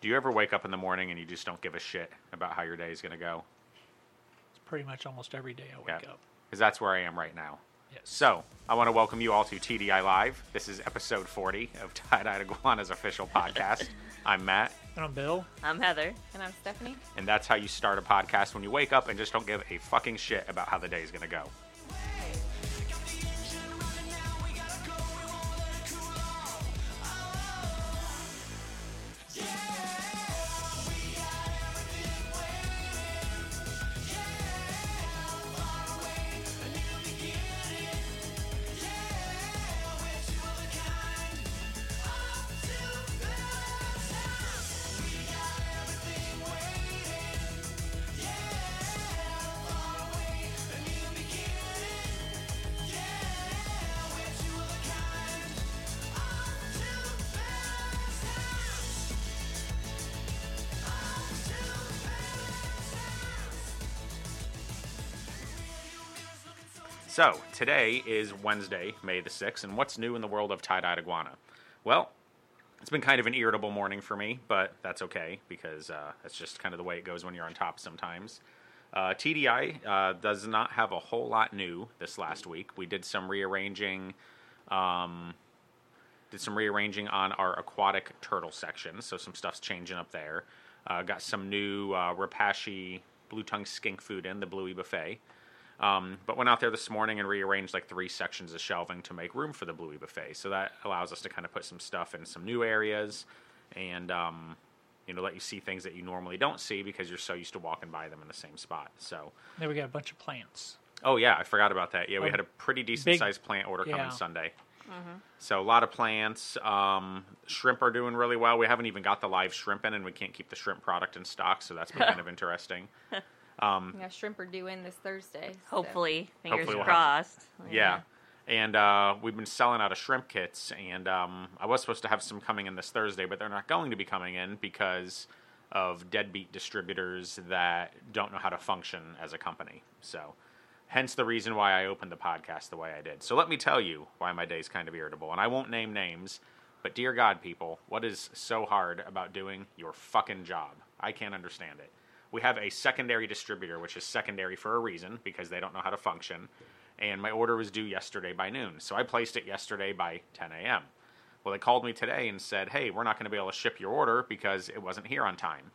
Do you ever wake up in the morning and you just don't give a shit about how your day is going to go? It's pretty much almost every day I wake up. Because that's where I am right now. Yes. So, I want to welcome you all to TDI Live. This is episode 40 of Tie Dye to Guana's official podcast. I'm Matt, And I'm Bill. I'm Heather. And I'm Stephanie. and that's how you start a podcast when you wake up and just don't give a fucking shit about how the day is going to go. So, today is Wednesday, May the 6th, and what's new in the world of tie-dyed iguana? Well, it's been kind of an irritable morning for me, but that's okay because uh, that's just kind of the way it goes when you're on top sometimes. Uh, TDI uh, does not have a whole lot new this last week. We did some rearranging um, did some rearranging on our aquatic turtle section, so some stuff's changing up there. Uh, got some new uh, Rapashi blue tongue skink food in the Bluey buffet. Um, but went out there this morning and rearranged like three sections of shelving to make room for the Bluey buffet. So that allows us to kind of put some stuff in some new areas and um, you know let you see things that you normally don't see because you're so used to walking by them in the same spot. So Then we got a bunch of plants. Oh yeah, I forgot about that. Yeah, we Um, had a pretty decent big- sized plant order yeah. coming Sunday. So a lot of plants. Um, shrimp are doing really well. We haven't even got the live shrimp in, and we can't keep the shrimp product in stock, so that's been kind of interesting. Yeah, shrimp are due in this Thursday. so- Hopefully, fingers Hopefully we'll have- crossed. Yeah. And uh, we've been selling out of shrimp kits, and um, I was supposed to have some coming in this Thursday, but they're not going to be coming in because of deadbeat distributors that don't know how to function as a company. So, hence the reason why I opened the podcast the way I did. So, let me tell you why my day's kind of irritable, and I won't name names, but dear God, people, what is so hard about doing your fucking job? I can't understand it. We have a secondary distributor, which is secondary for a reason because they don't know how to function. And my order was due yesterday by noon. So I placed it yesterday by 10 a.m. Well, they called me today and said, hey, we're not going to be able to ship your order because it wasn't here on time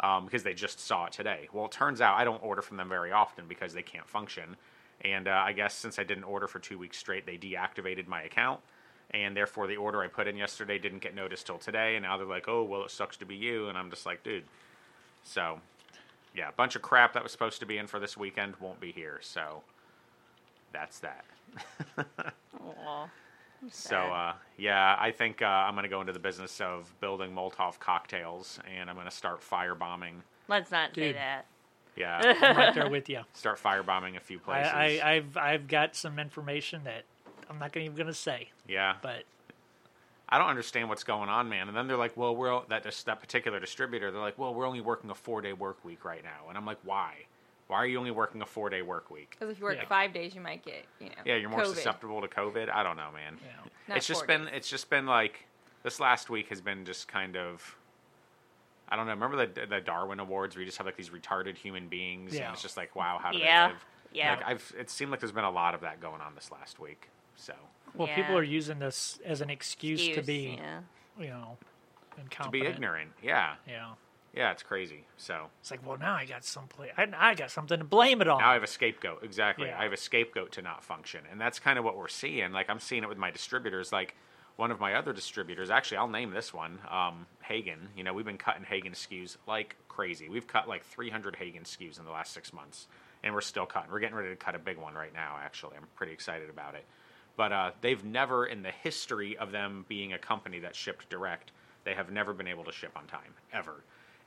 um, because they just saw it today. Well, it turns out I don't order from them very often because they can't function. And uh, I guess since I didn't order for two weeks straight, they deactivated my account. And therefore, the order I put in yesterday didn't get noticed till today. And now they're like, oh, well, it sucks to be you. And I'm just like, dude. So, yeah, a bunch of crap that was supposed to be in for this weekend won't be here. So, that's that. Aw. So uh, yeah, I think uh, I'm going to go into the business of building Molotov cocktails, and I'm going to start firebombing. Let's not say Dude. that. Yeah, I'm right there with you. start firebombing a few places. I, I, I've I've got some information that I'm not gonna, even going to say, yeah, but I don't understand what's going on, man. And then they're like, "Well, we're o- that dis- that particular distributor." They're like, "Well, we're only working a four day work week right now," and I'm like, "Why? Why are you only working a four day work week?" Because if you work Yeah. five days, you might get, you know. Yeah, you're more COVID. susceptible to COVID. I don't know, man. Yeah. Not it's just four been it's just been like this last week has been just kind of I don't know. Remember the the Darwin Awards where you just have like these retarded human beings Yeah. and it's just like wow, how do Yeah. they live? Yeah. Like I've it seemed like there's been a lot of that going on this last week. So well, people Yeah. are using this as an excuse, to Excuse, be, yeah. you know, to incompetent. be ignorant, yeah, Yeah. yeah, it's crazy. So It's like, well, now I got some play. I, I got something to blame it on. Now I have a scapegoat. Exactly. Oh. Yeah. I have a scapegoat to not function. And that's kind of what we're seeing. Like, I'm seeing it with my distributors. Like, one of my other distributors, actually, I'll name this one, um, Hagen. You know, we've been cutting Hagen SKUs like crazy. We've cut like 300 Hagen SKUs in the last six months, and we're still cutting. We're getting ready to cut a big one right now, actually. I'm pretty excited about it. But uh, they've never, in the history of them being a company that shipped direct, they have never been able to ship on time, ever.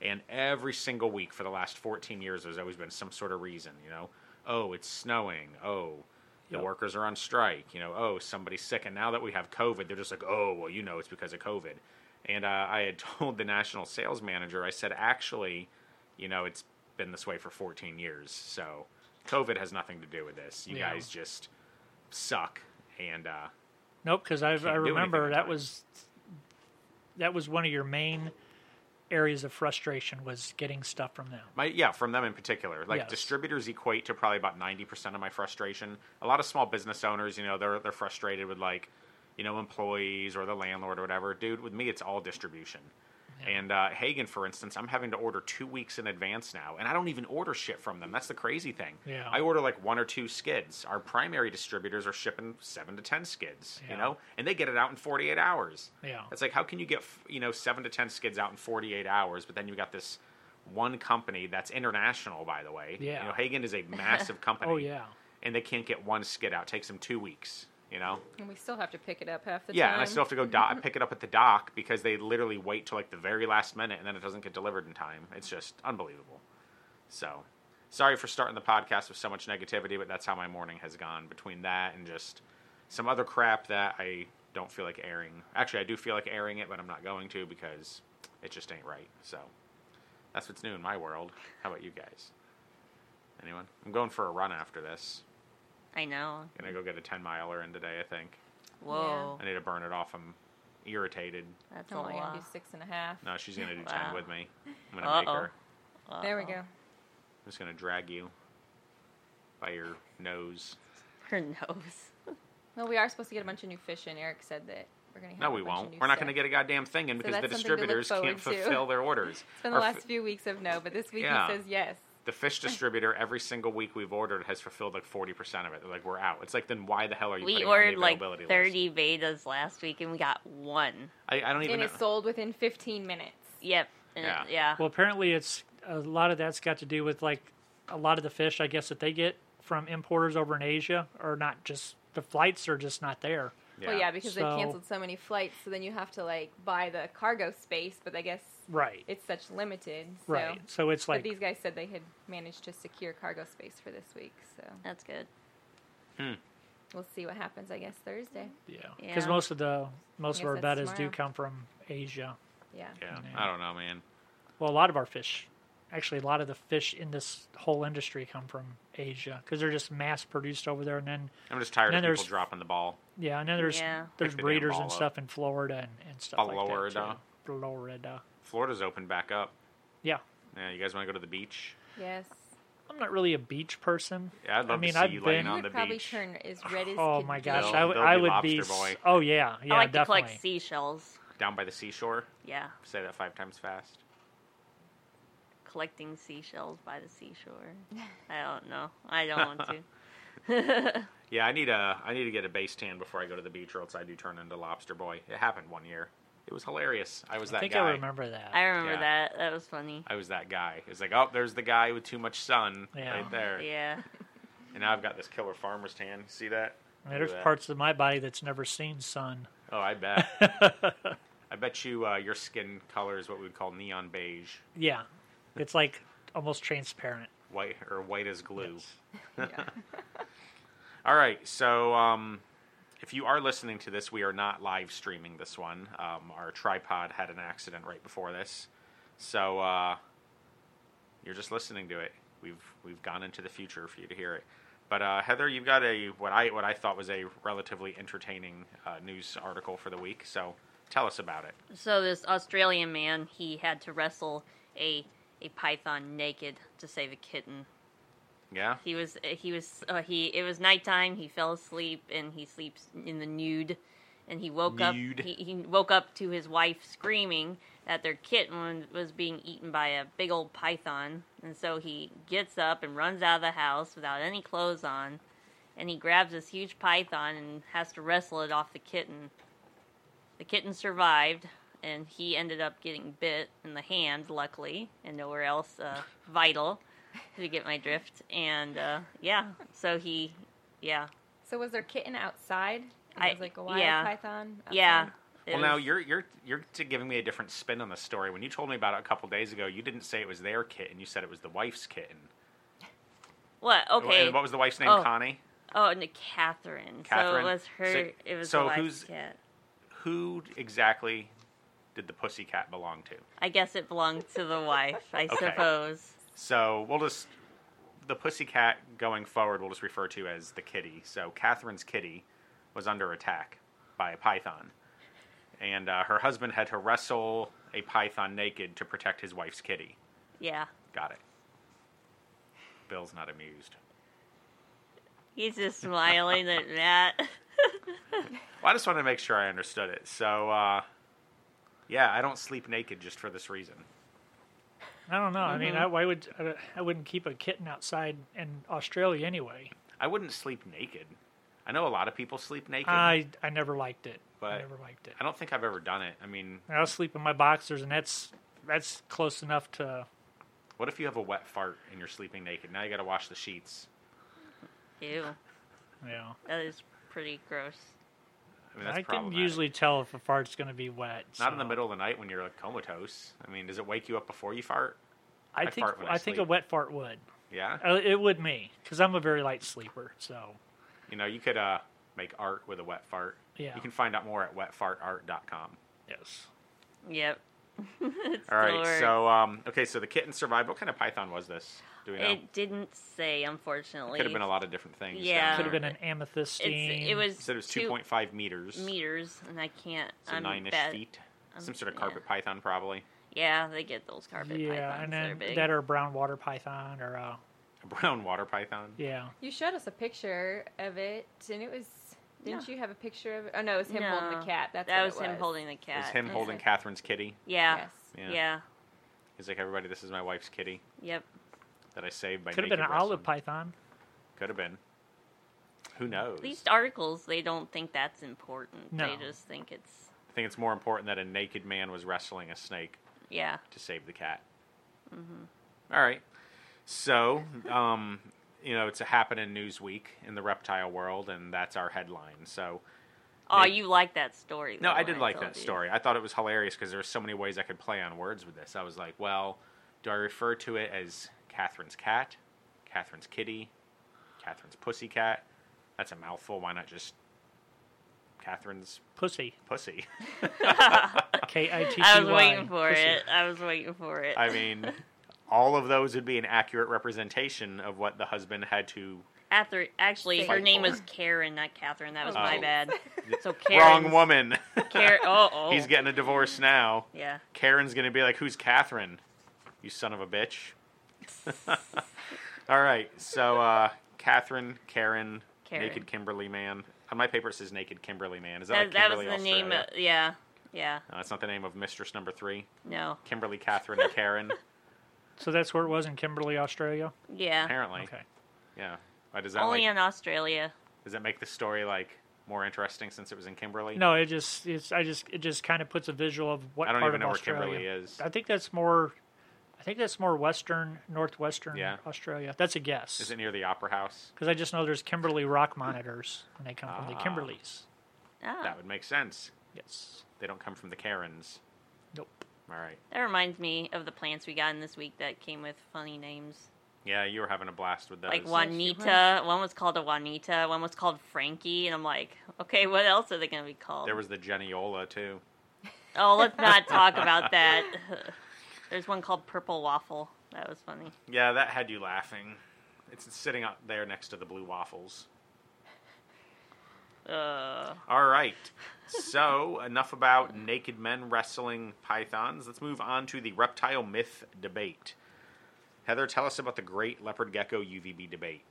And every single week for the last 14 years, there's always been some sort of reason, you know? Oh, it's snowing. Oh, the Yep. workers are on strike. You know, oh, somebody's sick. And now that we have COVID, they're just like, oh, well, you know, it's because of COVID. And uh, I had told the national sales manager, I said, actually, you know, it's been this way for 14 years. So COVID has nothing to do with this. You Yeah. guys just suck. And uh, Nope, because I do anything remember on that time. was that was one of your main areas of frustration was getting stuff from them. My yeah, from them in particular. Like Yes. distributors equate to probably about ninety percent of my frustration. A lot of small business owners, you know, they're they're frustrated with like, you know, employees or the landlord or whatever. Dude, with me, it's all distribution. And uh, Hagen, for instance, I'm having to order two weeks in advance now, and I don't even order shit from them. That's the crazy thing. Yeah. I order like one or two skids. Our primary distributors are shipping seven to ten skids, you Yeah. know, and they get it out in 48 hours. Yeah. It's like how can you get f- you know seven to ten skids out in 48 hours, but then you got this one company that's international, by the way. Yeah. You know, Hagen is a massive company. Oh yeah. And they can't get one skid out. It takes them two weeks. You know. And we still have to pick it up half the yeah, time. and I still have to go do- pick it up at the dock because they literally wait till like the very last minute, and then it doesn't get delivered in time. It's just unbelievable. So, sorry for starting the podcast with so much negativity, but that's how my morning has gone. Between that and just some other crap that I don't feel like airing. Actually, I do feel like airing it, but I'm not going to because it just ain't right. So, that's what's new in my world. How about you guys? Anyone? I'm going for a run after this. I know. Gonna go get a 10 miler in today, I think. Whoa. I need to burn it off. I'm irritated. That's I'm a only lot. gonna do six and a half. No, she's gonna do ten Wow. with me. I'm gonna make Uh-oh. her. There we Uh-oh. go. I'm just gonna drag you by your nose. Her nose. Well, we are supposed to get a bunch of new fish in. Eric said that we're gonna. Have No, a we bunch of won't. new We're not stuff. gonna get a goddamn thing in because the that's something to look distributors can't forward to. fulfill their orders. It's been the Our last fi- few weeks of no, but this week Yeah. he says yes. the fish distributor every single week we've ordered has fulfilled like forty percent of it. They're like, we're out. It's like, then why the hell are you? We putting it on the ordered like availability list? 30 betas last week and we got one. I, I don't even. And know. it's sold within 15 minutes. Yep. And Yeah. it- yeah. Well, apparently it's a lot of that's got to do with like a lot of the fish I guess that they get from importers over in Asia are not just the flights are just not there. Well, yeah, because So- they canceled so many flights, so then you have to like buy the cargo space. But I guess Right. it's such limited. So. right. So it's But like these guys said they had managed to secure cargo space for this week, so That's good. we'll see what happens. I guess Thursday. yeah. Because Yeah. most of the most of Guess our that's betas do tomorrow. come from Asia. Yeah. Yeah, I don't know, man. Well, a lot of our fish, actually, a lot of the fish in this whole industry come from Asia because they're just mass produced over there. And then, I'm just tired Now of people there's- dropping the ball. yeah, and then there's Yeah. there's Pick the damn breeders ball and up. stuff in Florida and, and stuff like that. Florida. Too. Florida. Florida's open back up. Yeah. Yeah, you guys want to go to the beach? Yes. I'm not really a beach person. Yeah, I'd love I mean, to see I've you been- laying You on would the probably beach. turn as red as. Oh could my be. gosh, They'll- I would they'll I be would be. lobster s- boy. Oh yeah, yeah, I definitely. like to collect seashells. down by the seashore. Yeah. Say that five times fast. Collecting seashells by the seashore. I don't know. I don't want to. Yeah, I need a I need to get a base tan before I go to the beach, or else I do turn into Lobster Boy. It happened one year. It was hilarious. I was that I think guy. I remember that. I remember Yeah. that. That was funny. I was that guy. It's like, oh, there's the guy with too much sun Yeah. right there. Yeah. And now I've got this killer farmer's tan. See that? I mean, Look there's at that. parts of my body that's never seen sun. Oh, I bet. I bet you uh, your skin color is what we would call neon beige, Yeah, it's like almost transparent. white or white as glue. Yeah. All right, so um, if you are listening to this, we are not live streaming this one. Um, our tripod had an accident right before this, so uh, you're just listening to it. We've we've gone into the future for you to hear it. But uh, Heather, you've got a what I what I thought was a relatively entertaining uh, news article for the week. So tell us about it. So this Australian man, he had to wrestle a a python naked to save a kitten. Yeah, He was he was uh, he it was nighttime. He fell asleep and he sleeps in the nude, and he woke Nude. up. He, he woke up to his wife screaming that their kitten was being eaten by a big old python, and so he gets up and runs out of the house without any clothes on, and he grabs this huge python and has to wrestle it off the kitten. The kitten survived, and he ended up getting bit in the hand, luckily, and nowhere else uh, vital. If you get my drift, and uh, yeah, so he, yeah, So was there kitten outside? And I- it was like a wild yeah. python. Outside? yeah. it Well, now was- you're you're you're t- giving me a different spin on the story. When you told me about it a couple days ago, you didn't say it was their kitten. You said it was the wife's kitten. what? Okay. And what was the wife's name? Oh. Connie. oh, and Catherine. So Catherine? it was her. So- it was so the wife's who's- cat. who exactly did the pussycat belong to? I guess it belonged to the wife. I Okay. suppose. So we'll just the pussycat going forward we'll just refer to as the kitty. So Catherine's kitty was under attack by a python. And uh, her husband had to wrestle a python naked to protect his wife's kitty. Yeah. Got it. Bill's not amused. He's just smiling at that. Well, I just wanted to make sure I understood it. So, uh, yeah, I don't sleep naked just for this reason. I don't know. I Mm-hmm. mean, I, why would I, I wouldn't keep a kitten outside in Australia anyway? I wouldn't sleep naked. I know a lot of people sleep naked. I I never liked it. But- I never liked it. I don't think I've ever done it. I mean, I will sleep in my boxers, and that's that's close enough to. what if you have a wet fart and you're sleeping naked? Now you got to wash the sheets. Ew. You know, That is pretty gross. I mean, that's I can problematic. usually tell if a fart's going to be wet. not in the so- middle of the night when you're like comatose. I mean, does it wake you up before you fart? I I think fart when I I think a sleep. wet fart would. Yeah. Uh, It would me because I'm a very light sleeper. So You know, you could uh, make art with a wet fart. Yeah. You can find out more at wetfartart.com. yes, Yep. All right. Lord. So, um, okay, so the kitten survived. What kind of python was this? Do we know? It didn't say, unfortunately. Could have been a lot of different things. down Yeah. could have there. been an amethystine. It's, it was, It said it was two 2.5 meters. meters, and I can't. So I'm nine ish bad- feet. I'm- Some sort of Um, yeah. carpet python, probably. Yeah, they get those carpet yeah, pythons. and They're then big. that or brown water python or uh, A brown water python. yeah. You showed us a picture of it, and it was. Didn't Yeah. you have a picture of it? Oh no, it was him holding No, the cat. That's that what was, it was him holding the cat. It was him Okay. holding Catherine's kitty. Yeah. Yes. Yeah. yeah. He's like, everybody, this is my wife's kitty Yep. that I saved by Could have been an naked olive wrestling." python. Could have been. Who knows? These articles, they don't think that's important. No. They just think it's I think it's more important that a naked man was wrestling a snake yeah. to save the cat. All right. So, um, you know, it's a happen in Newsweek in the reptile world, and that's our headline. So, Oh, Maybe- you like that story? No, though, I did when like told that you. story. I thought it was hilarious because there were so many ways I could play on words with this. I was like, well, do I refer to it as Catherine's cat, Catherine's kitty, Catherine's pussycat? That's a mouthful. Why not just Catherine's Pussy. pussy? K I T T Y. I was waiting for Pussy. it. I was waiting for it. I mean, all of those would be an accurate representation of what the husband had to. After, actually, her Fight name for. was Karen, not Catherine. That was Oh. my bad. So Karen. Wrong woman. Karen. Oh, oh. He's getting a divorce now. yeah. Karen's gonna be like, "Who's Catherine? You son of a bitch." All right, so uh, Catherine, Karen, Karen. naked Kimberly man. On my paper it says naked Kimberly man. Is that, That, a that was Kimberly the name. Of, Australia? yeah. Yeah. No, that's not the name of mistress number three. No. Kimberly, Catherine, and Karen. So that's where it was in Kimberly, Australia. Yeah. Apparently, Okay. yeah. Why does that Only like, in Australia. does that make the story like more interesting since it was in Kimberly? No, it just it's I just it just kind of puts a visual of what I don't part even know of where Australia. Kimberly is. I think that's more. I think that's more western, northwestern Yeah. Australia. That's a guess. Is it near the Opera House? Because I just know there's Kimberly rock monitors, and they come from the Ah. Kimberleys. Ah, That would make sense. Yes. They don't come from the Karens. Nope. All right. that reminds me of the plants we got in this week that came with funny names. Yeah, you were having a blast with those. Like one- Juanita. One was called a Juanita. One was called Frankie. And I'm like, okay, what else are they going to be called? There was the Geniola too. Oh, let's not talk about that. There's one called Purple Waffle. That was funny. Yeah, that had you laughing. It's sitting up there next to the blue waffles. Uh, All right. So, enough about naked men wrestling pythons. Let's move on to the reptile myth debate. Heather, tell us about the great leopard gecko UVB debate.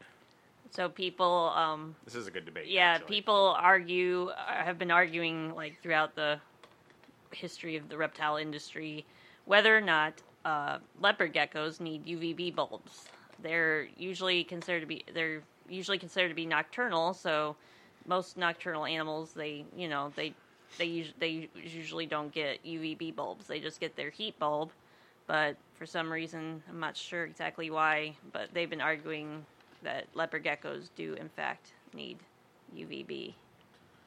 so people, um, This is a good debate. yeah, actually. people argue, uh, have been arguing like throughout the history of the reptile industry whether or not uh, leopard geckos need UVB bulbs. They're usually considered to be they're usually considered to be nocturnal, so most nocturnal animals they you know they they us- they usually don't get UVB bulbs. They just get their heat bulb, but for some reason I'm not sure exactly why, but they've been arguing that leopard geckos do in fact need UVB.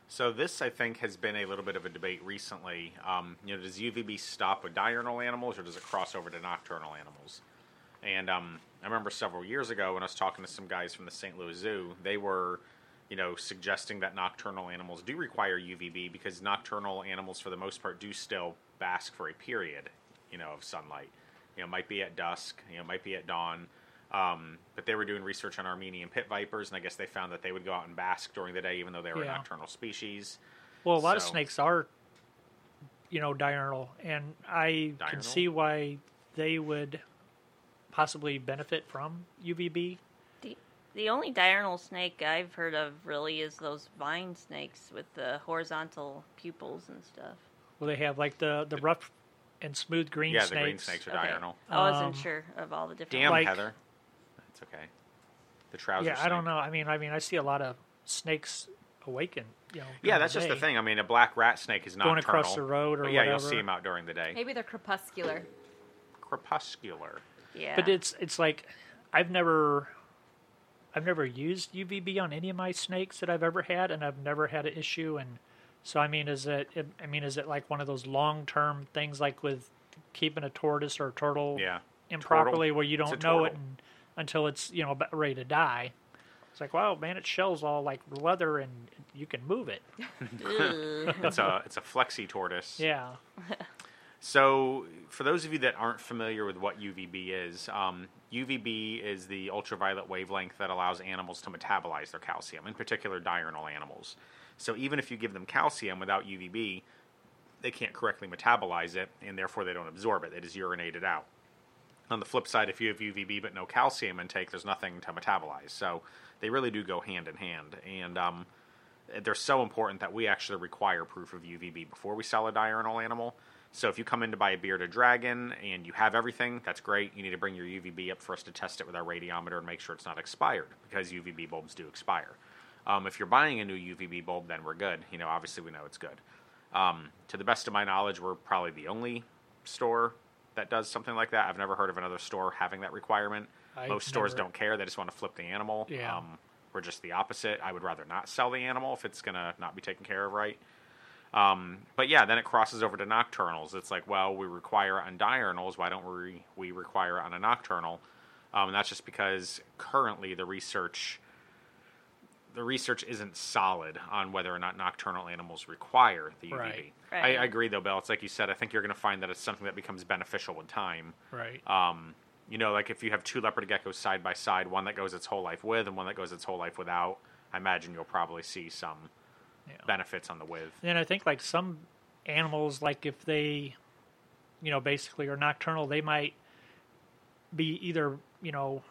So this, I think, has been a little bit of a debate recently. Um, you know, does UVB stop with diurnal animals, or does it cross over to nocturnal animals? And um, I remember several years ago when I was talking to some guys from the St. Louis Zoo, they were, you know, suggesting that nocturnal animals do require UVB because nocturnal animals, for the most part, do still bask for a period, you know, of sunlight. You know, it might be at dusk, you know, it might be at dawn. Um, but they were doing research on Armenian pit vipers, and I guess they found that they would go out and bask during the day, even though they were a Yeah. nocturnal species. Well, a lot of So- snakes are you know diurnal, and I can Diurnal? see why they would possibly benefit from UVB. The, the only diurnal snake I've heard of really is those vine snakes with the horizontal pupils and stuff. Well, they have like the the rough and smooth green yeah, snakes. the green snakes are Okay. diurnal. I wasn't Um, sure of all the different. Damn, Like- Heather. That's okay. The trousers. yeah, I don't know. I mean, I mean, I see a lot of snakes awaken. You know, Yeah, during that's just the day. thing. I mean, a black rat snake is nocturnal. Going across the road or but yeah, you'll whatever. see them out during the day. Maybe they're crepuscular. Crepuscular. Yeah. But it's it's like I've never I've never used UVB on any of my snakes that I've ever had, and I've never had an issue. And so I mean, is it I mean, is it like one of those long term things, like with keeping a tortoise or a turtle Yeah. improperly, Turtle. where you It's don't a know it turtle. and, until it's you know about ready to die. It's like wow, man, its shell's all like leather, and you can move it. Ugh. It's a it's a flexi tortoise. Yeah, So, for those of you that aren't familiar with what UVB is, um, UVB is the ultraviolet wavelength that allows animals to metabolize their calcium, in particular diurnal animals. So, even if you give them calcium without UVB, they can't correctly metabolize it, and therefore they don't absorb it. They just urinate it out. On the flip side, if you have UVB but no calcium intake, there's nothing to metabolize. So, they really do go hand in hand. And um, they're so important that we actually require proof of UVB before we sell a diurnal animal. So if you come in to buy a bearded dragon and you have everything, that's great. You need to bring your UVB up for us to test it with our radiometer and make sure it's not expired because UVB bulbs do expire. Um, if you're buying a new UVB bulb, then we're good. You know, obviously we know it's good. Um, to the best of my knowledge, we're probably the only store that does something like that. I've never heard of another store having that requirement. I've Most stores never- don't care; they just want to flip the animal. Yeah. Um, we're just the opposite. I would rather not sell the animal if it's gonna not be taken care of right. Um, but yeah, then it crosses over to nocturnals. It's like, well, we require it on diurnals. Why don't we we require it on a nocturnal? Um, and that's just because currently the research the research isn't solid on whether or not nocturnal animals require the UVB. Right. I, Right. I agree though, Bell. It's like you said. I think you're going to find that it's something that becomes beneficial with time. right. Um, you know, like if you have two leopard geckos side by side, one that goes its whole life with and one that goes its whole life without, I imagine you'll probably see some Yeah. benefits on the with. And I think like some animals, like if they, you know, basically are nocturnal, they might be either you know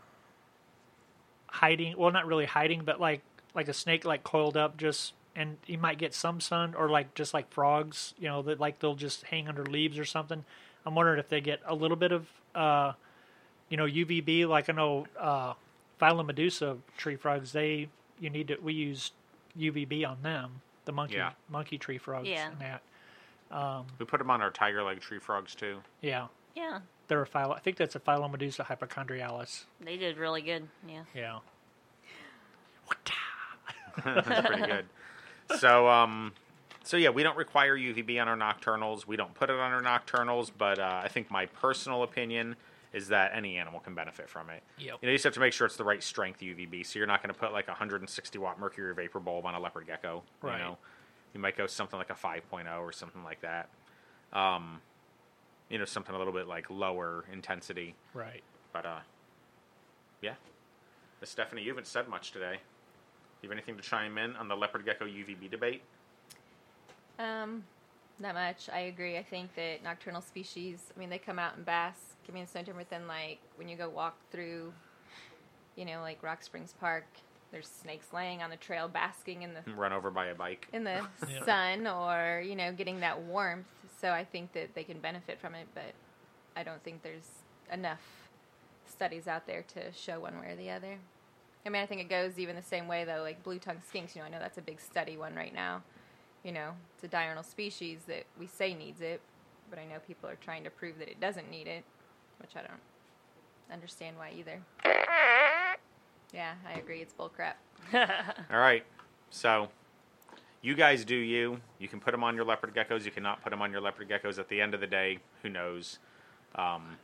hiding. Well, not really hiding, but like like a snake, like coiled up, just and you might get some sun, or like just like frogs, you know, that like they'll just hang under leaves or something. I'm wondering if they get a little bit of, uh, you know, UVB. Like I know uh, phylum medusa tree frogs, they you need to we use UVB on them, the monkey Yeah. monkey tree frogs Yeah. and that. We put them on our tiger leg tree frogs too. Yeah, yeah. they're a phylum. I think that's a phylum Medusa hypochondrialis. They did really good. Yeah. Yeah, That's pretty good. So, um, so yeah, we don't require UVB on our nocturnals. We don't put it on our nocturnals, but uh, I think my personal opinion is that any animal can benefit from it. Yep. You know, you just have to make sure it's the right strength UVB. So you're not going to put like a 160 watt mercury vapor bulb on a leopard gecko. Right. You know, you might go something like a 5.0 or something like that. Um, you know, something a little bit like lower intensity. right. But uh, yeah, Miss Stephanie, you haven't said much today. You have anything to chime in on the leopard gecko UVB debate? Um, not much. I agree. I think that nocturnal species. I mean, they come out and bask. I mean, it's no different than like when you go walk through, you know, like Rock Springs Park. There's snakes laying on the trail, basking in the Run over by a bike. in the sun, or you know, getting that warmth. So I think that they can benefit from it, but I don't think there's enough studies out there to show one way or the other. I mean, I think it goes even the same way though, like blue tongue skinks. You know, I know that's a big study one right now. You know, it's a diurnal species that we say needs it, but I know people are trying to prove that it doesn't need it, which I don't understand why either. Yeah, I agree. It's bull crap. All right, so you guys do you. You can put them on your leopard geckos. You cannot put them on your leopard geckos. At the end of the day, who knows? Um,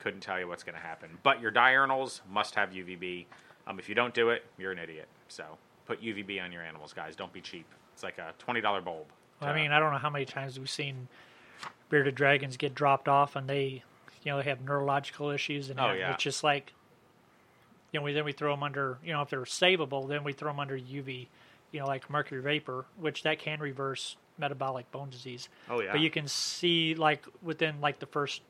couldn't tell you what's going to happen. But your diurnals must have UVB. Um, if you don't do it, you're an idiot. So put UVB on your animals, guys. Don't be cheap. It's like a twenty dollar bulb. I to- mean, I don't know how many times we've seen bearded dragons get dropped off, and they, you know, they have neurological issues, and Oh, that. yeah. it's just like, you know, we then we throw them under, you know, if they're savable, then we throw them under UV, you know, like mercury vapor, which that can reverse metabolic bone disease. Oh, yeah. But you can see like within like the first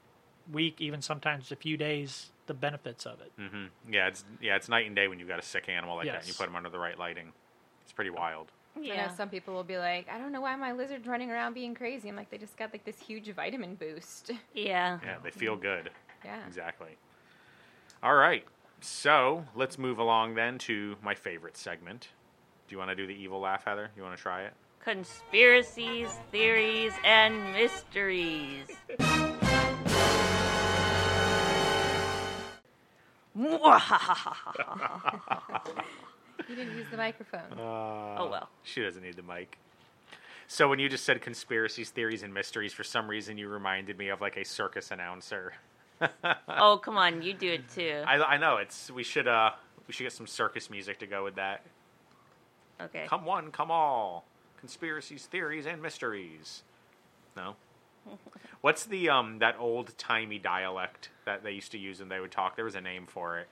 week, even sometimes a few days, the benefits of it. hmm Yeah, it's yeah, it's night and day when you've got a sick animal like that and you Yes. put them under the right lighting. It's pretty wild. I Yeah. know some people will be like, I don't know why my lizard's running around being crazy. I'm like, they just got like this huge vitamin boost. Yeah. Yeah, they feel Mm-hmm. good. yeah. Exactly. All right. So let's move along then to my favorite segment. Do you want to do the evil laugh, Heather? You want to try it? Conspiracies, theories, and mysteries. Mwahahahaha. You didn't use the microphone. oh well. She doesn't need the mic. So when you just said conspiracies, theories, and mysteries, for some reason you reminded me of like a circus announcer. oh, come on, you do it too. I, I know it's we should uh we should get some circus music to go with that. Okay. Come one, come all. Conspiracies, theories, and mysteries. No. What's the um that old timey dialect that they used to use and they would talk? There was a name for it.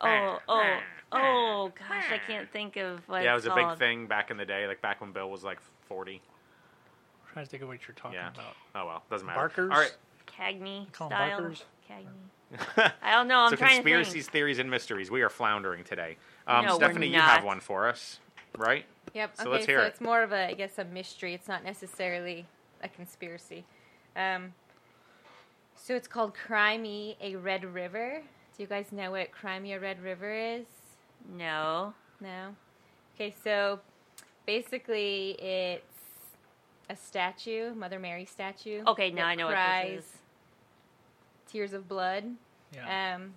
Oh, oh, oh, gosh, I can't think of what yeah, it it's was a big called. thing back in the day, like back when Bill was like forty. I'm trying to think of what you're talking Yeah. about. Oh well, doesn't matter. Barkers. All right. Cagney Call 'em style. bunkers? Cagney. I don't know. I'm so trying conspiracies, to theories, and mysteries. We are floundering today. Um, No, we're Stephanie, you have not. one for us, right? Yep. So okay, let's hear so it. it's more of a, I guess, a mystery. It's not necessarily a conspiracy. Um, so it's called Crimea a Red River. Do you guys know what Crimea Red River is? think. No. No. Okay, so basically it's a statue, Mother Mary statue. Okay, now that I know what cries this is. Tears of blood. Yeah. Uh, Um,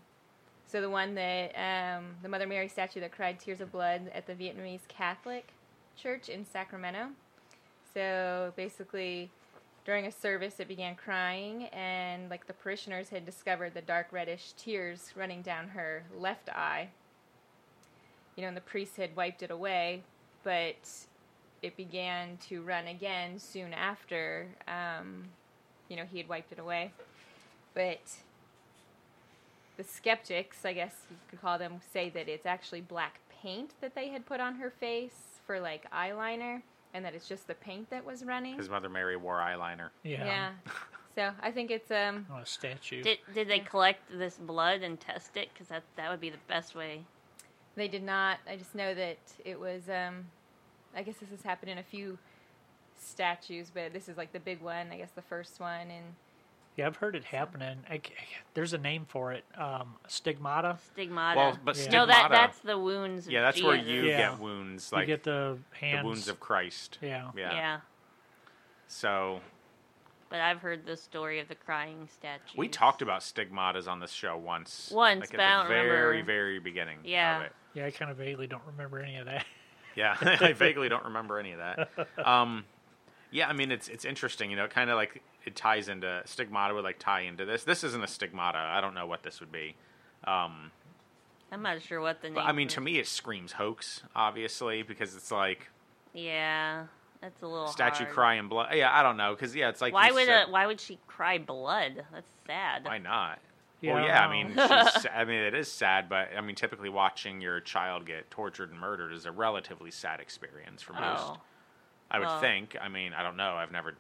so the one that um, the Mother Mary statue that cried tears of blood at the Vietnamese Catholic Church in Sacramento. So basically, during a service, it began crying, and like the parishioners had discovered the dark reddish tears running down her left eye. You know, and the priest had wiped it away, but it began to run again soon after. Um, you know, he had wiped it away, but the skeptics, I guess you could call them, say that it's actually black paint that they had put on her face for like eyeliner, and that it's just the paint that was running. His mother Mary wore eyeliner. Yeah. Yeah. So I think it's um On a statue. Did, did they collect this blood and test it? Because that, that would be the best way. they did not. I just know that it was um I guess this has happened in a few statues, but this is like the big one. I guess the first one and yeah, I've heard it happening. I c there's a name for it. Um, stigmata. Stigmata. Well, but Yeah. stigmata. no, that that's the wounds. of yeah, that's where Jesus. you Yeah. get wounds, like you get the hands. the wounds of Christ. Yeah. Yeah. Yeah. So but I've heard the story of the crying statue. we talked about stigmatas on this show once. Once, like but I at don't the very, remember. very beginning Yeah. of it. Yeah, I kind of vaguely don't remember any of that. Yeah, I vaguely don't remember any of that. Um, yeah, I mean it's it's interesting, you know, it kind of like it ties into stigmata would like tie into this. This isn't a stigmata. I don't know what this would be. Um, I'm not sure what the name. but I mean is. to me it screams hoax, obviously, because it's like Yeah, that's a little statue hard. crying blood. Yeah, I don't know cuz yeah, it's like Why you would said, a, why would she cry blood? That's sad. why not? Yeah, well, I yeah, I don't mean, know. she's, I mean, it is sad, but I mean, typically watching your child get tortured and murdered is a relatively sad experience for most. Oh. I would well. think. I mean, I don't know. I've never,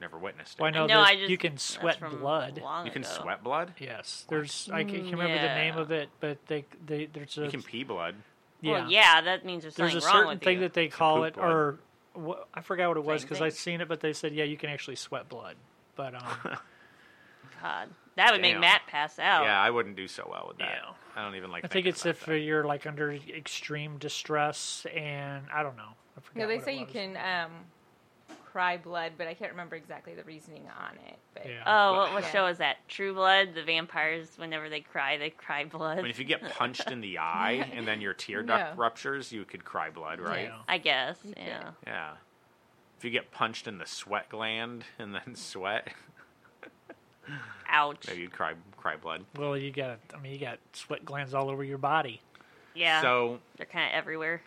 never witnessed it. Well, I know no, that I just you can that's sweat from blood. long You can ago. sweat blood. Yes, there's I can't remember the name Mm, Yeah. of it, but they they there's a You can pee blood. yeah. Well, yeah, that means there's, there's a something wrong certain with thing you. that they call poop it, blood. or wha- I forgot what it was Same because I'd thing. seen it, but they said yeah, you can actually sweat blood, but um, God, that would make Damn. Matt pass out. Yeah, I wouldn't do so well with that. Oh. Yeah. I don't even like. I think thinking it's about if that. you're like under extreme distress and I don't know. I forgot no, they what it say you was. can um cry blood, but I can't remember exactly the reasoning on it. But Yeah. Oh, what, what Yeah. show is that? True Blood. The vampires, whenever they cry, they cry blood. I mean, if you get punched in the eye and then your tear duct No. ruptures, you could cry blood, right? Yeah. I guess. You Yeah. could. Yeah. If you get punched in the sweat gland and then sweat, Ouch. maybe you'd cry cry blood. Well, you got I mean you got sweat glands all over your body. Yeah. So They're kind of everywhere.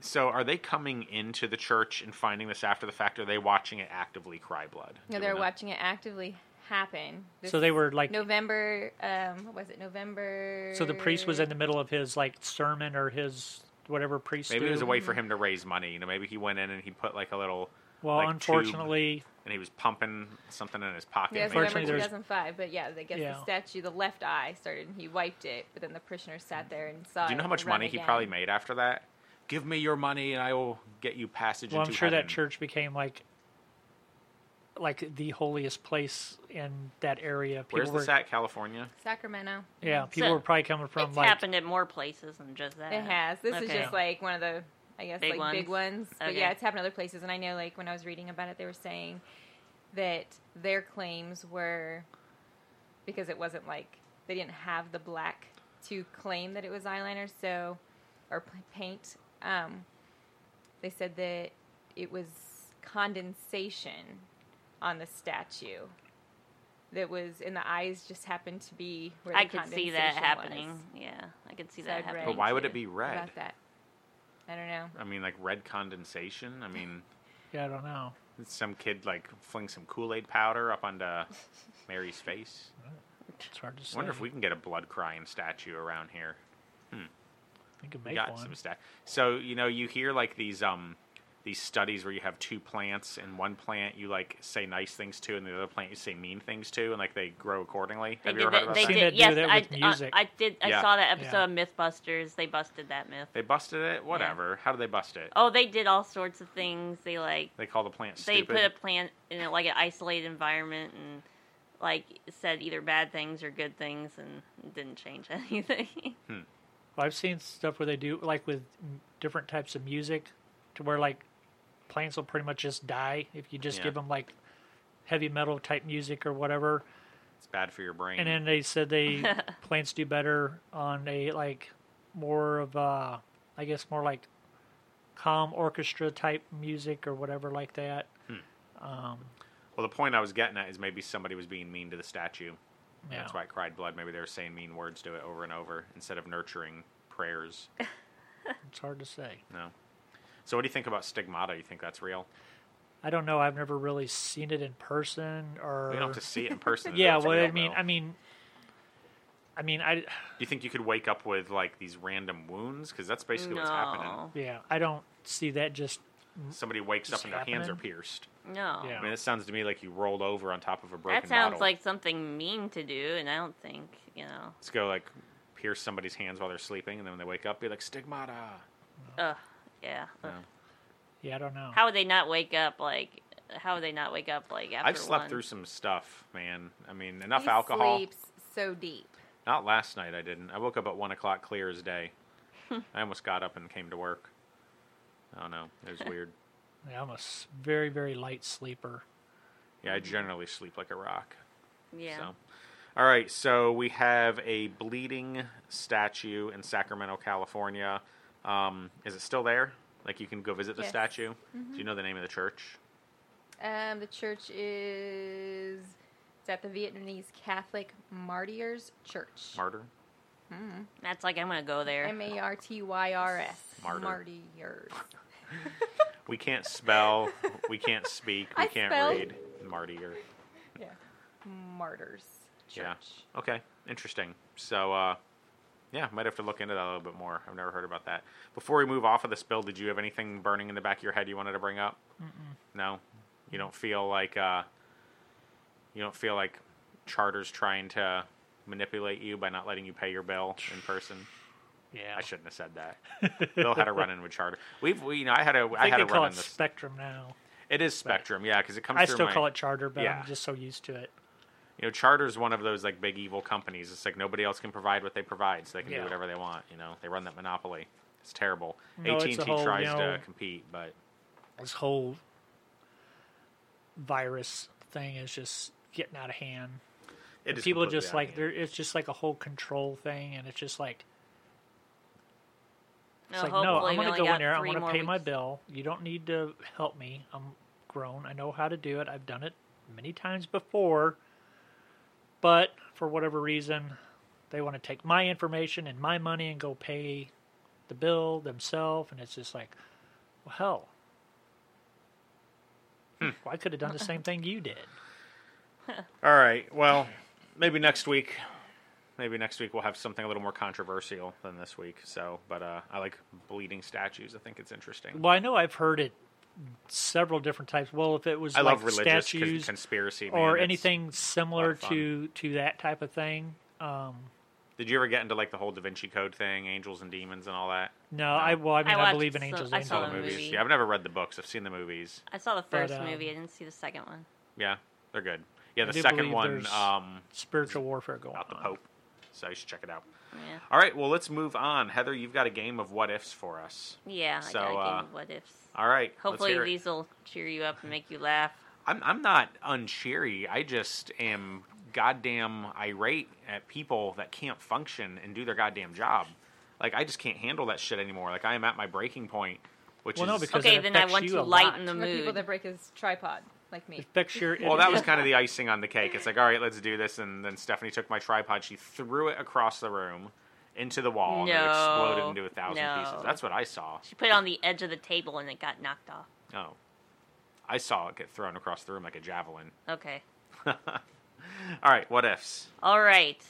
So are they coming into the church and finding this after the fact? Or are they watching it actively cry blood? No, Do they're we know? watching it actively happen. So they were like November. Um, what was it? November. so the priest was in the middle of his like sermon or his whatever priest. Maybe do. it was a way for Mm-hmm. him to raise money. You know, maybe he went in and he put like a little Well, like, tube, unfortunately, and he was pumping something in his pocket. Yeah, it's maybe. November Unfortunately, there's- 2005, but yeah, I guess Yeah. the statue, the left eye started, and he wiped it, but then the prisoner sat there and saw. Do you know how much money he probably made after that? Give me your money and I will get you passage well, I'm into sure heaven. that church became like like the holiest place in that area. People Where's were, this at? California? Sacramento. Yeah, people So, were probably coming from it's like happened at more places than just that. It has. This is Okay. just like one of the, I guess, Big like big ones. But Okay. yeah, it's happened other places, and I know, like when I was reading about it, they were saying that their claims were because it wasn't like they didn't have the black to claim that it was eyeliner, so or p- paint. Um, they said that it was condensation on the statue. That was in the eyes just happened to be where the I could see that condensation was. happening. Yeah, I could see So that I'd happening. But why would too it be red? about that. I don't know. I mean, like red condensation. I mean, yeah, I don't know. some kid like flings some Kool Aid powder up onto Mary's face. It's hard to say. I wonder if we can get a blood crying statue around here. we could We make got one. some stat. So you know, you hear like these um these studies where you have two plants and one plant you like say nice things to and the other plant you say mean things to and like they grow accordingly. They have did you ever that. heard about they that? Seen did. that do Yes, that I, with uh, music. I did. I Yeah. saw that episode Yeah. of MythBusters. They busted that myth. They busted it. Whatever. How do they bust it? Oh, they did all sorts of things. They like They call the plant they stupid. put a plant in like an isolated environment and like said either bad things or good things and it didn't change anything. Well, I've seen stuff where they do like with m- different types of music, to where like plants will pretty much just die if you just Yeah. give 'em give them like heavy metal type music or whatever. it's bad for your brain. And then they said they plants do better on a like more of uh I guess more like calm orchestra type music or whatever like that. well, the point I was getting at is maybe somebody was being mean to the statue. That's Yeah. why it cried blood. Maybe they were saying mean words to it over and over instead of nurturing prayers. It's hard to say. No. So what do you think about stigmata? You think that's real? I don't know. I've never really seen it in person or We don't have to see it in person. to know yeah. it's Well, real, I mean, though. I mean, I mean, I Do you think you could wake up with like these random wounds? Because that's basically what's happening. No. yeah. I don't see that just Somebody wakes Just up and their hands are happening? pierced. No. Yeah. I mean, it sounds to me like you rolled over on top of a broken That sounds bottle. like something mean to do, and I don't think you know. Let's go like pierce somebody's hands while they're sleeping, and then when they wake up, be like stigmata. Ugh, yeah. No. Ugh. yeah. I don't know. How would they not wake up? Like, how would they not wake up? Like after I've slept one? through some stuff, man. I mean, enough he alcohol. sleeps so deep. Not last night. I didn't. I woke up at one o'clock, clear as day. I almost got up and came to work. I don't know. It was weird. Yeah, I'm a s- very very light sleeper. Yeah, I generally sleep like a rock. Yeah. So, all right. So we have a bleeding statue in Sacramento, California. Um, is it still there? Like you can go visit the Yes. Mm-hmm. statue. Do you know the name of the church? Um, the church is it's at the Vietnamese Catholic Martyrs Church. Martyr. That's like I'm gonna go there. M A R T Y R S. Martyr. Martyrs. We can't spell. we can't speak. We I can't spelled- read. Martyr. Yeah. Martyrs Church. Yeah. Okay. Interesting. So, uh, yeah, might have to look into that a little bit more. I've never heard about that. Before we move off of this bill, did you have anything burning in the back of your head you wanted to bring up? No, you don't feel like uh, you don't feel like charters trying to manipulate you by not letting you pay your bill in person. Yeah, I shouldn't have said that. Bill had a run-in with charter. We've, we, you know, I had a, I, I think had a they call run-in. it This, Spectrum now. it is Spectrum, yeah, because it comes. I through still my- call it Charter, but Yeah. I'm just so used to it. you know charter's one of those like big evil companies it's like nobody else can provide what they provide so they can do Yeah. whatever they want you know they run that monopoly it's terrible No, it's a at&t whole, tries you know- to compete but This whole virus thing is just getting out of hand. it And is people completely just out of like hand. they're it's just like a whole control thing, and it's just like No, it's like no, Uh, hopefully I'm we gonna only go got in there. I'm three gonna more pay my weeks. bill. You don't need to help me. I'm grown. I know how to do it. I've done it many times before. But for whatever reason, they want to take my information and my money and go pay the bill themselves, and it's just like, well, hell. Hmm. Well, I could have done the same thing you did. all right well maybe next week Maybe next week we'll have something a little more controversial than this week. So, but uh, I like bleeding statues. I think it's interesting. Well, I know I've heard it several different types. Well, if it was I like love religious con- statues conspiracy man, or it's- anything similar of fun. to to that type of thing, um, Did you ever get into like the whole Da Vinci Code thing, angels and demons and all that? no, I well, I mean, I, watched believe in so- angels. I angels. saw All the the movies. movie. Yeah, I've never read the books. I've seen the movies. I saw the But, first movie. I um, didn't see the second one. Yeah, they're good. Yeah, the do second believe one there's- uh, um, Spiritual warfare going about the on. Pope. So you should check it out. Yeah, All right, well let's move on. Heather, you've got a game of what ifs for us. yeah. So, I got a uh, game of what ifs. All right, let's Hopefully hear it. these will cheer you up and make you laugh. I'm I'm not uncheery. I just am goddamn irate at people that can't function and do their goddamn job. Like I just can't handle that shit anymore. Like I am at my breaking point, which Well, no, is because- Okay, it then I affects want you to a lighten the Or people mood. that break his tripod, like me. It affects your. well, that was kind of the icing on the cake. It's like, all right, let's do this, and then Stephanie took my tripod. She threw it across the room into the wall, and it No. exploded into a thousand No. pieces. That's what I saw. She put it on the edge of the table and it got knocked off. Oh, I saw it get thrown across the room like a javelin. Okay. All right, what ifs? All right.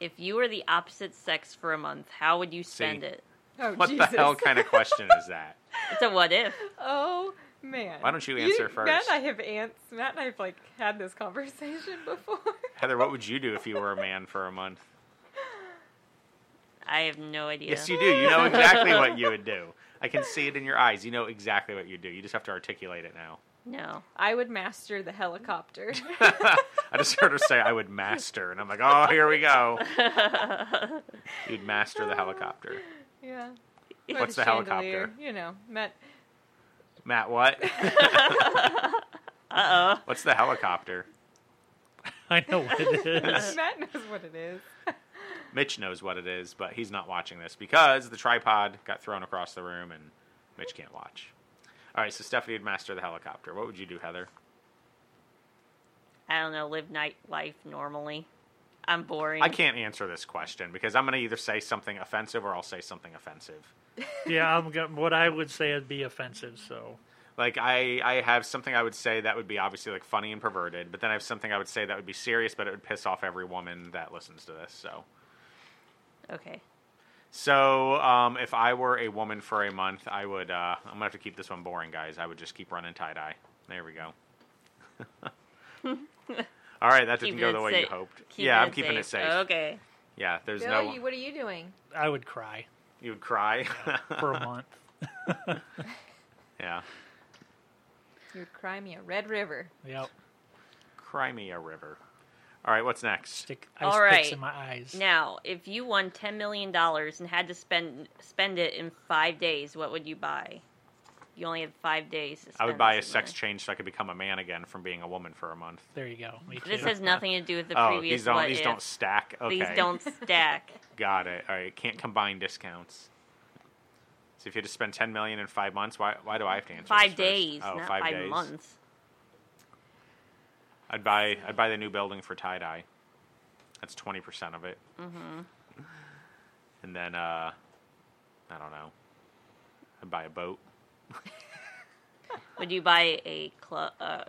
If you were the opposite sex for a month, how would you spend See? it? Oh, What Jesus. the hell kind of question is that? It's a what if. Oh man. Why don't you answer Matt first? and I have ants. Matt and I have like had this conversation before. Heather, what would you do if you were a man for a month? I have no idea. Yes, you do. You know exactly what you would do. I can see it in your eyes. You know exactly what you do. You just have to articulate it now. No. I would master the helicopter. I just heard her say I would master, and I'm like, oh, here we go. You'd master the helicopter. yeah. Or What's the chandelier, helicopter? You know, Matt. Matt, what? Uh oh. What's the helicopter? I know what it is. Matt knows what it is. Mitch knows what it is, but he's not watching this because the tripod got thrown across the room, and Mitch can't watch. All right, so Stephanie would master the helicopter. What would you do, Heather? I don't know. Live night life normally. I'm boring. I can't answer this question because I'm going to either say something offensive or I'll say something offensive. yeah, I'm going what I would say would be offensive. So Like I, I have something I would say that would be obviously like funny and perverted, but then I have something I would say that would be serious, but it would piss off every woman that listens to this. So, Okay. so um, if I were a woman for a month, I would. Uh, I'm gonna have to keep this one boring, guys. I would just keep running tie dye. There we go. All right, that didn't Keeping go it the way you safe. hoped. Keeping yeah, I'm keeping it safe. Okay. Yeah, there's Bill, no. you, You would, what are you doing? I would cry cry. for a month. yeah, You would cry me a red river. Yep. cry me a river. All right, what's next? Stick ice All picks right. in my eyes. Now, if you won ten million dollars and had to spend spend it in five days, what would you buy? You only had five days. To spend I would buy a this sex money. change so I could become a man again from being a woman for a month. There you go. Me This too. has nothing to do with the oh, previous these don't what these if. don't stack. Okay, These don't stack. Got it. All right, can't combine discounts. So if you had to spend ten million in five months, why why do I have to answer? five this first? days, Oh, not five five, days. months. I'd buy I'd buy the new building for tie dye. That's twenty percent of it. Mm-hmm. And then uh, I don't know. I'd buy a boat. Would you buy a club? Uh,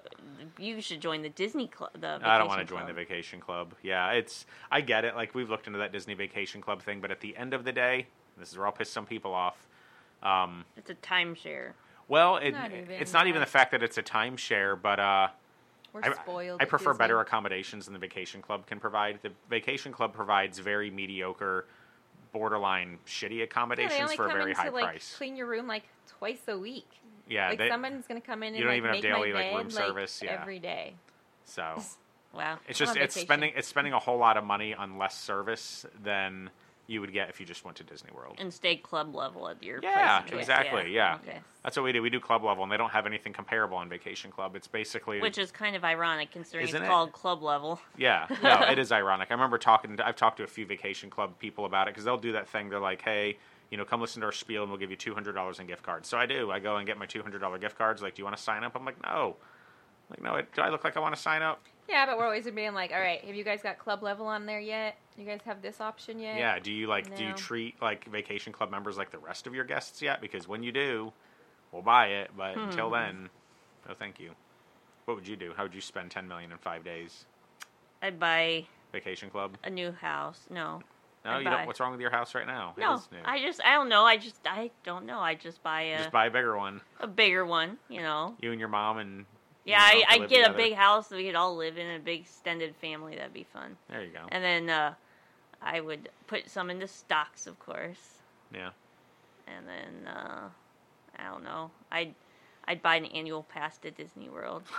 you should join the Disney club. The I don't want to join the vacation club. Yeah, it's I get it. Like we've looked into that Disney vacation club thing, but at the end of the day, this is where I'll piss some people off. Um, It's a timeshare. well, it, Not even it's not even that. the fact that it's a timeshare, but uh, We're I, spoiled. I at prefer better Disney. accommodations than the vacation club can provide. The vacation club provides very mediocre, borderline shitty Yeah, accommodations they only for a come very in to high like price. clean your room like twice a week. Yeah, like they- someone's gonna come in and you don't like, even have make daily, my like, bed, room service, yeah. every day. so Wow. it's just on it's vacation. spending it's spending a whole lot of money on less service than you would get if you just went to Disney World. And stay club level at your Yeah, place. of choice. exactly. Yeah. Okay. That's what we do. We do club level, and they don't have anything comparable on Vacation Club. It's basically Which is kind of ironic considering Isn't it's it? called club level. Yeah, no, it is ironic. I remember talking. To, I've talked to a few vacation club people about it because they'll do that thing. They're like, "Hey, you know, come listen to our spiel, and we'll give you two hundred dollars in gift cards." So I do. I go and get my two hundred dollar gift cards. Like, do you want to sign up? I'm like, no. I'm Like, no. I, do I look like I want to sign up? Yeah, but we're always being like, all right, have you guys got club level on there yet? You guys have this option Eh, yet? Yeah. Do you like? Do you No. treat like vacation club members like the rest of your guests yet? Because when you do, we'll buy it. But Hmm. until then, no, thank you. What would you do? How would you spend ten million in five days? I'd buy Vacation Club. a new house. No. No, I you buy- don't. What's wrong with your house right now? it No, is new. I uh, just I don't know. I just I don't know. I just buy a just buy a bigger one. a bigger one, you know. You and your mom and Yeah, you know, I, I to live get together. a big house that we could all live in, a big extended family. That'd be fun. There you go. And then uh, I would put some into stocks, of course. Yeah. And then uh, I don't know. I'd I'd buy an annual pass to Disney World.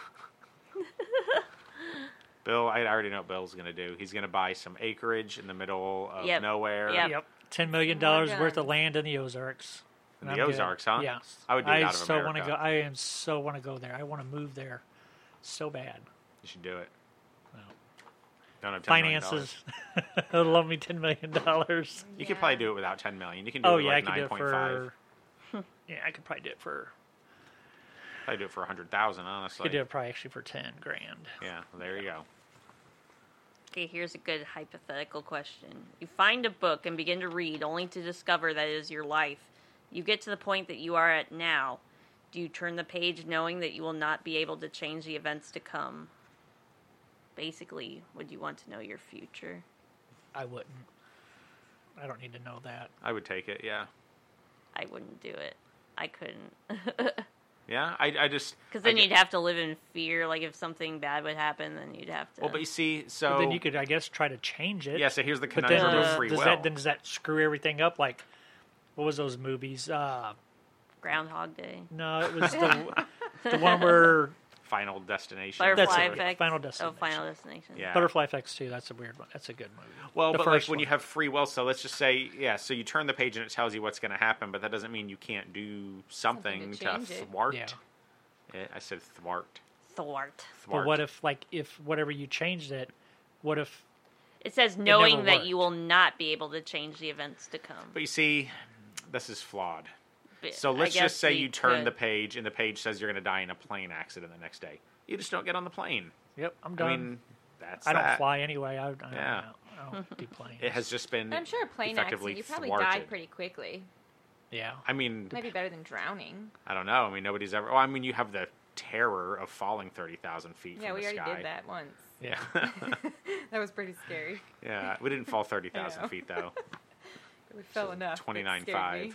Bill, I already know what Bill's gonna do. He's gonna buy some acreage in the middle of Yep. nowhere. Yep. Yep. Ten million Well dollars done. worth of land in the Ozarks. In And the I'm good. Ozarks, huh? Yeah. I would do I it out of so want to America. go. I am so want to go there. I want to move there, so bad. You should do it. Wow. Don't have $10 million. Finances. They'll love me ten million dollars. You could Yeah. probably do it without ten million. You can do Oh it yeah, with like I could nine do it point five. for. yeah, I could probably do it for. Probably do it for a hundred thousand, I honestly. could do it probably actually for ten grand. Yeah, well, there you go. Okay, here's a good hypothetical question. You find a book and begin to read only to discover that it is your life. You get to the point that you are at now. Do you turn the page knowing that you will not be able to change the events to come? Basically, would you want to know your future? I wouldn't. I don't need to know that. I would take it. Yeah, I wouldn't do it. I couldn't. yeah. I, I just Because I then get- you'd have to live in fear. Like, if something bad would happen, then you'd have to. Well, but you see, so But then you could, I guess, try to change it. yeah. So here's the But then conundrum Uh, of does, free does will. that then does that screw everything up? Like, what was those movies? Uh, Groundhog Day. no, it was the, the one where Final destination. Butterfly it, yeah. Effect. Final Oh, Final Destination. Yeah. Butterfly Effects too. That's a weird one. That's a good movie. Well, The but like first when you one. have free will, so let's just say, yeah. So you turn the page and it tells you what's going to happen, but that doesn't mean you can't do something, Something to change it. thwart. Yeah. Eh, I said thwart. Thwart. Thwart. But what if like if whatever you changed it, what if It says never knowing that you will worked. not be able to change the events to come. But you see, this is flawed. But So I let's guess just say we you turn the could- page, and the page says you're going to die in a plane accident the next day. You just don't get on the plane. Yep, I'm done. I mean, that's I don't that. fly anyway. I, I, Yeah. don't, I don't be playing. It has just been. I'm sure a plane effectively accident, you probably thwarted. die pretty quickly. yeah. I mean, Maybe better than drowning. I don't know. I mean, nobody's ever. Well, I mean, you have the terror of falling thirty thousand feet. Yeah, from we the already sky. did that once. Yeah, that was pretty scary. yeah. We didn't fall thirty thousand know. feet though. We fell enough. Twenty nine 29.5.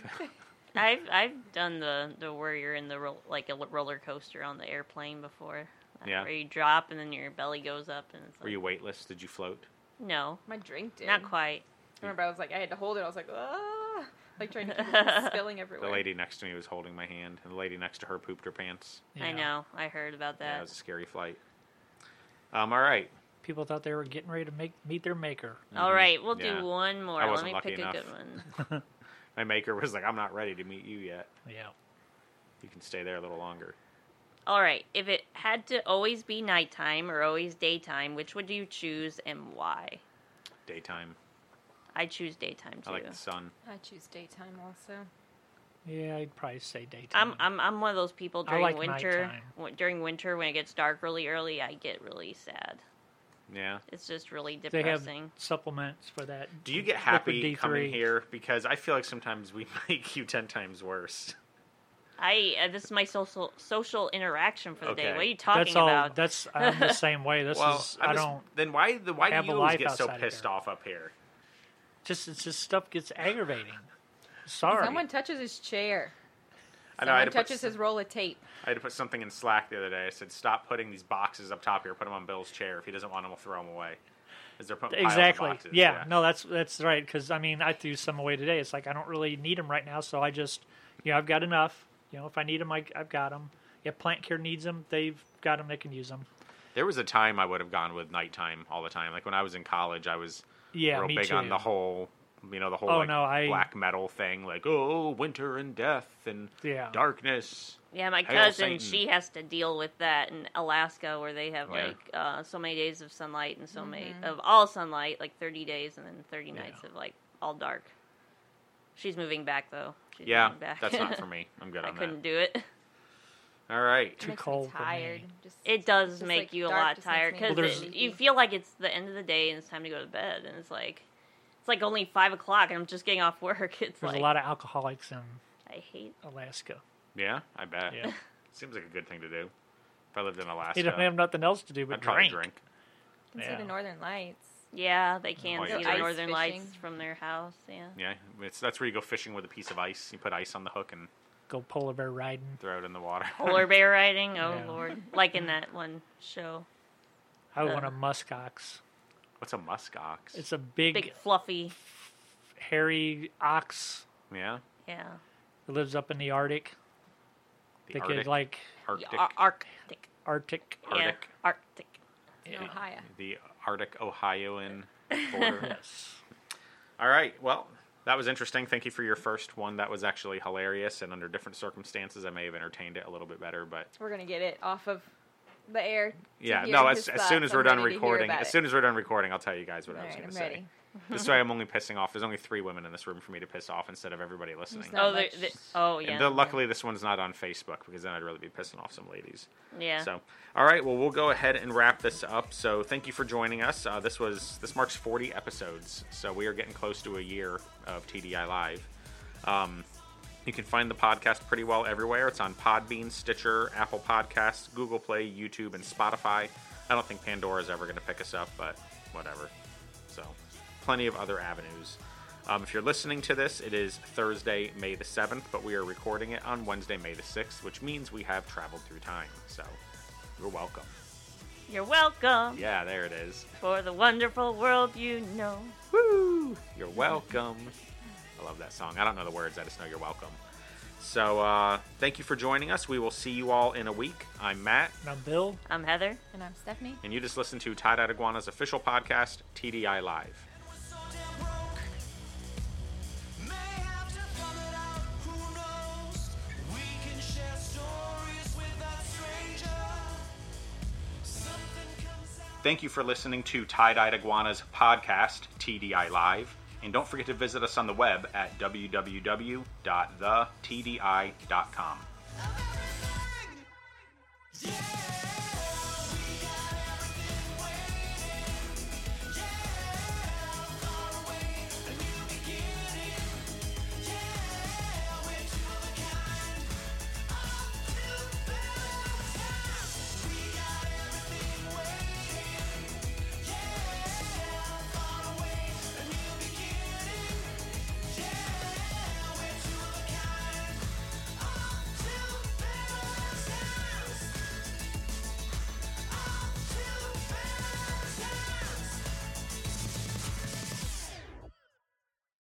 I've I've done the the where you're in the ro- like a roller coaster on the airplane before. Uh, Yeah. Where you drop and then your belly goes up and it's like, Were you weightless? Did you float? no, My drink did. not quite. I remember I was like, I had to hold it. I was like, ah, like trying to keep it from spilling everywhere. The lady next to me was holding my hand, and the lady next to her pooped her pants. yeah. I know. I heard about Yeah, it that. was a scary flight. Um, all right. People thought they were getting ready to make meet their maker. All right, we'll Yeah. do one more. I Let wasn't me lucky pick enough. a good one. My maker was like, "I'm not ready to meet you yet. Yeah. You can stay there a little longer." All right, if it had to always be nighttime or always daytime, which would you choose and why? Daytime. I choose daytime too. I like the sun. I choose daytime also. Yeah, I'd probably say daytime. I'm I'm I'm one of those people I during like winter. nighttime. W- during winter, when it gets dark really early, I get really sad. Yeah. It's just really they have depressing. supplements for that. Do you get Liquid happy D3. coming here? Because I feel like sometimes we make you ten times worse. I uh, this is my social social interaction for the day. Okay. What are you talking that's about? all. That's I'm the same way. This well, is I'm I just- don't. Then why the why have do a you always life get so outside of pissed here. off up here? Just it's just stuff gets aggravating. Sorry. Someone touches his chair. I know I Someone had, to put, touches his roll of tape. I had to put something in Slack the other day. I said, "Stop putting these boxes up top here. Put them on Bill's chair. If he doesn't want them, we'll throw them away." Because they're putting piles of exactly. boxes, yeah, No, that's that's right. Because I mean, I threw some away today. It's like I don't really need them right now, so I just you know I've got enough. You know, if I need them, I, I've got them. If plant care needs them, they've got them. They can use them. There was a time I would have gone with nighttime all the time. Like when I was in college, I was Yeah, real me big too. on the whole, you know, the whole Oh, like, no, I- black metal thing. Like, oh, winter and death and Yeah. darkness. yeah, my Hail Satan. cousin she has to deal with that in Alaska where they have Where? like uh, so many days of sunlight and so many Mm-hmm. of all sunlight, like 30 days and then 30 nights of like all dark. She's moving back though. She's Yeah, moving back. that's not for me. I'm good I on that. couldn't do it. All right. It Too makes me cold for me. tired. Just, It does just, make like, you a dark lot just makes tired me because Well, there's- you feel like it's the end of the day and it's time to go to bed, and it's like it's like only five o'clock and I'm just getting off work. It's There's like a lot of alcoholics in I hate. Alaska. Yeah, I bet. Yeah. Seems like a good thing to do. If I lived in Alaska, They don't have nothing else to do but I'd probably drink. drink. Consider Yeah. Northern Lights. Yeah, they can Lights, see the right? northern Ice lights fishing. from their house. Yeah. Yeah, it's, that's where you go fishing with a piece of ice. You put ice on the hook and Go polar bear riding. throw it in the water. Polar bear riding. Oh Yeah. lord, like in that one show, I would Uh. want a muskox. What's a musk ox? It's a big, big fluffy. hairy ox yeah, Yeah. that lives up in the Arctic. the that Arctic. could like Arctic. uh, Ar- Arctic. Arctic. Yeah. Arctic. Arctic. in Ohio. the Arctic Ohioan border. Yes. All right. Well, that was interesting. Thank you for your first one. That was actually hilarious, and under different circumstances, I may have entertained it a little bit better. But We're gonna get it off of the air. to yeah, hear no. his As, as thoughts. soon as I'm we're done ready to hear recording, about as it. soon as we're done recording, I'll tell you guys what I All was right, going I'm to say. ready. This way, I'm only pissing off. There's only three women in this room for me to piss off instead of everybody listening. not- Oh, there much. there- oh And yeah. though luckily, this one's not on Facebook because then I'd really be pissing off some ladies. yeah. So, all right. Well, we'll go ahead and wrap this up. So, thank you for joining us. Uh, this was this marks 40 episodes, so we are getting close to a year of TDI Live. Um, you can find the podcast pretty well everywhere. It's on Podbean, Stitcher, Apple Podcasts, Google Play, YouTube, and Spotify. I don't think Pandora's ever going to pick us up, but whatever. So, plenty of other avenues. Um, if you're listening to this, it is Thursday, May the 7th, but we are recording it on Wednesday, May the 6th, which means we have traveled through time. So, you're welcome. You're welcome Yeah, there it is. for the wonderful world you know. Woo! You're welcome. I love that song. I don't know the words, I just know you're welcome. So, uh, thank you for joining us. We will see you all in a week. I'm Matt, Now, Bill, I'm Heather. And I'm Stephanie. and you just listened to Tied Out Iguana's official podcast, TDI Live. We're so damn broke. May have to come it out, who knows? We can share stories with a stranger. Something comes out. Thank you for listening to Tie Dyed Iguana's podcast, TDI Live. And don't forget to visit us on the web at www.thetdi.com. Of everything. Yeah.